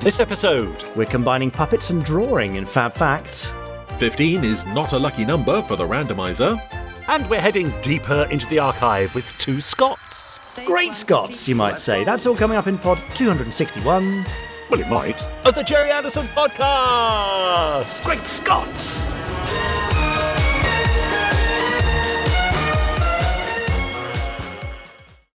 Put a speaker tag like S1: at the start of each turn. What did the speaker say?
S1: This episode,
S2: We're combining puppets and drawing in Fab Facts.
S3: 15 is not a lucky number for the randomizer.
S1: and we're heading deeper into the archive with two Scots.
S2: Great Scots, you might say. That's all coming up in pod 261.
S1: Well, it might. Of the Jerry Anderson Podcast!
S2: Great Scots!